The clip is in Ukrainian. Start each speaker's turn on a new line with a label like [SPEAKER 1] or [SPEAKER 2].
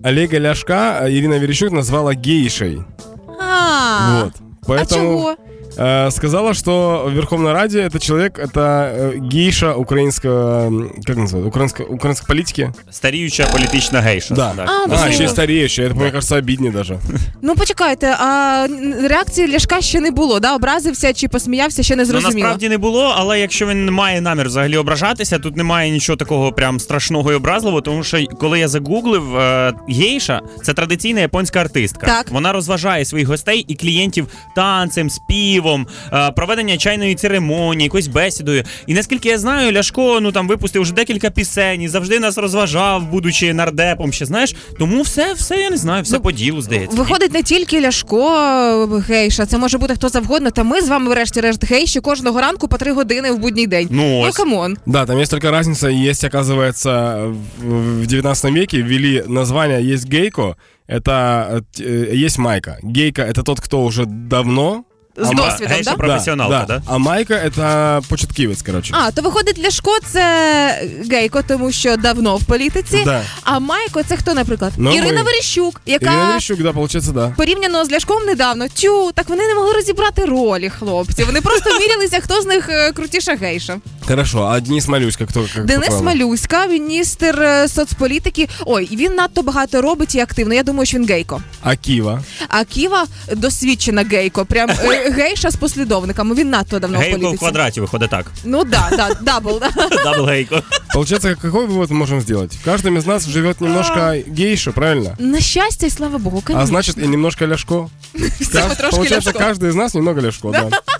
[SPEAKER 1] Олега Ляшка а, Ирина Верещук назвала гейшей.
[SPEAKER 2] А,
[SPEAKER 1] Вот. Поэтому
[SPEAKER 2] а чего?
[SPEAKER 1] э, сказала, что в Верховной Раде это человек, это э, гейша украинского, м, как называют, украинской, украинской политики.
[SPEAKER 3] Старіюча політична гейша.
[SPEAKER 1] Да.
[SPEAKER 3] Так.
[SPEAKER 2] А,
[SPEAKER 3] Ну,
[SPEAKER 1] А,
[SPEAKER 2] Спасибо.
[SPEAKER 1] еще и
[SPEAKER 3] звісно.
[SPEAKER 1] стареющая. Это, мне кажется, обиднее даже.
[SPEAKER 2] Ну почекайте, а н- реакції Ляшка ще не було, да? Образився чи посміявся, ще не
[SPEAKER 3] Ну,
[SPEAKER 2] зрозуміло.
[SPEAKER 3] насправді не було, але якщо він має намір взагалі ображатися, тут немає нічого такого прям страшного і образливого, тому що коли я загуглив, е, гейша це традиційна японська артистка.
[SPEAKER 2] Так.
[SPEAKER 3] Вона розважає своїх гостей і клієнтів танцем, співом, е, проведення чайної церемонії, якоюсь бесідою. І наскільки я знаю, Ляшко ну там випустив вже декілька пісень і завжди нас розважав, будучи нардепом. Ще знаєш, тому все, все я не знаю, все
[SPEAKER 2] Ну,
[SPEAKER 3] по ділу здається.
[SPEAKER 2] Виходить не тільки Ляшко е, гейша, це може бути хто завгодно. Та ми з вами, врешті-решт, гейші кожного ранку по три години в будній день.
[SPEAKER 3] Ну
[SPEAKER 2] Ну
[SPEAKER 3] ось.
[SPEAKER 2] камон.
[SPEAKER 1] Да, там есть только разница. Есть, оказывается, в в 19 веке ввели название «Есть гейко». Это э, э, есть майка. Гейка — это тот, кто уже давно.
[SPEAKER 2] З
[SPEAKER 3] А,
[SPEAKER 2] досвідом,
[SPEAKER 3] гейша
[SPEAKER 2] да?
[SPEAKER 1] Да,
[SPEAKER 3] профессионалка, да?
[SPEAKER 1] А майка — это початківець, короче.
[SPEAKER 2] А, то виходить Ляшко це гейко, тому що давно в політиці.
[SPEAKER 1] Да.
[SPEAKER 2] А Майко це хто, наприклад?
[SPEAKER 1] Ну,
[SPEAKER 2] Ірина
[SPEAKER 1] ми.
[SPEAKER 2] Верещук, яка
[SPEAKER 1] Ірина Верещук, да, получается, да.
[SPEAKER 2] порівняно з Ляшком недавно. Тю, так вони не могли розібрати ролі, хлопці. Вони просто мірялися, хто з них е, крутіша гейша.
[SPEAKER 1] Хорошо, а Денис Малюська кто? Как
[SPEAKER 2] Денис
[SPEAKER 1] по-твоему?
[SPEAKER 2] Малюська, міністр е, соцполітики. Ой, і він надто багато робить і активно. Я думаю, що він гейко.
[SPEAKER 1] А Кива?
[SPEAKER 2] А Ківа досвідчена гейко. Прям е, гейша з послідовниками. Він надто давно в
[SPEAKER 3] Гейко в
[SPEAKER 2] політиці.
[SPEAKER 3] квадраті виходить так.
[SPEAKER 2] Ну да, да, дабл. да.
[SPEAKER 3] Дабл гейко.
[SPEAKER 1] Получается, какой вывод мы можем сделать? В каждом из нас живет немножко гейша, правильно?
[SPEAKER 2] На щастя, і слава Богу,
[SPEAKER 1] А
[SPEAKER 2] конечно.
[SPEAKER 1] значит, и немножко ляшко.
[SPEAKER 2] Всього
[SPEAKER 1] Каж-
[SPEAKER 2] трошки
[SPEAKER 1] Получается,
[SPEAKER 2] Ляшко.
[SPEAKER 1] каждый из нас немного ляшко, да.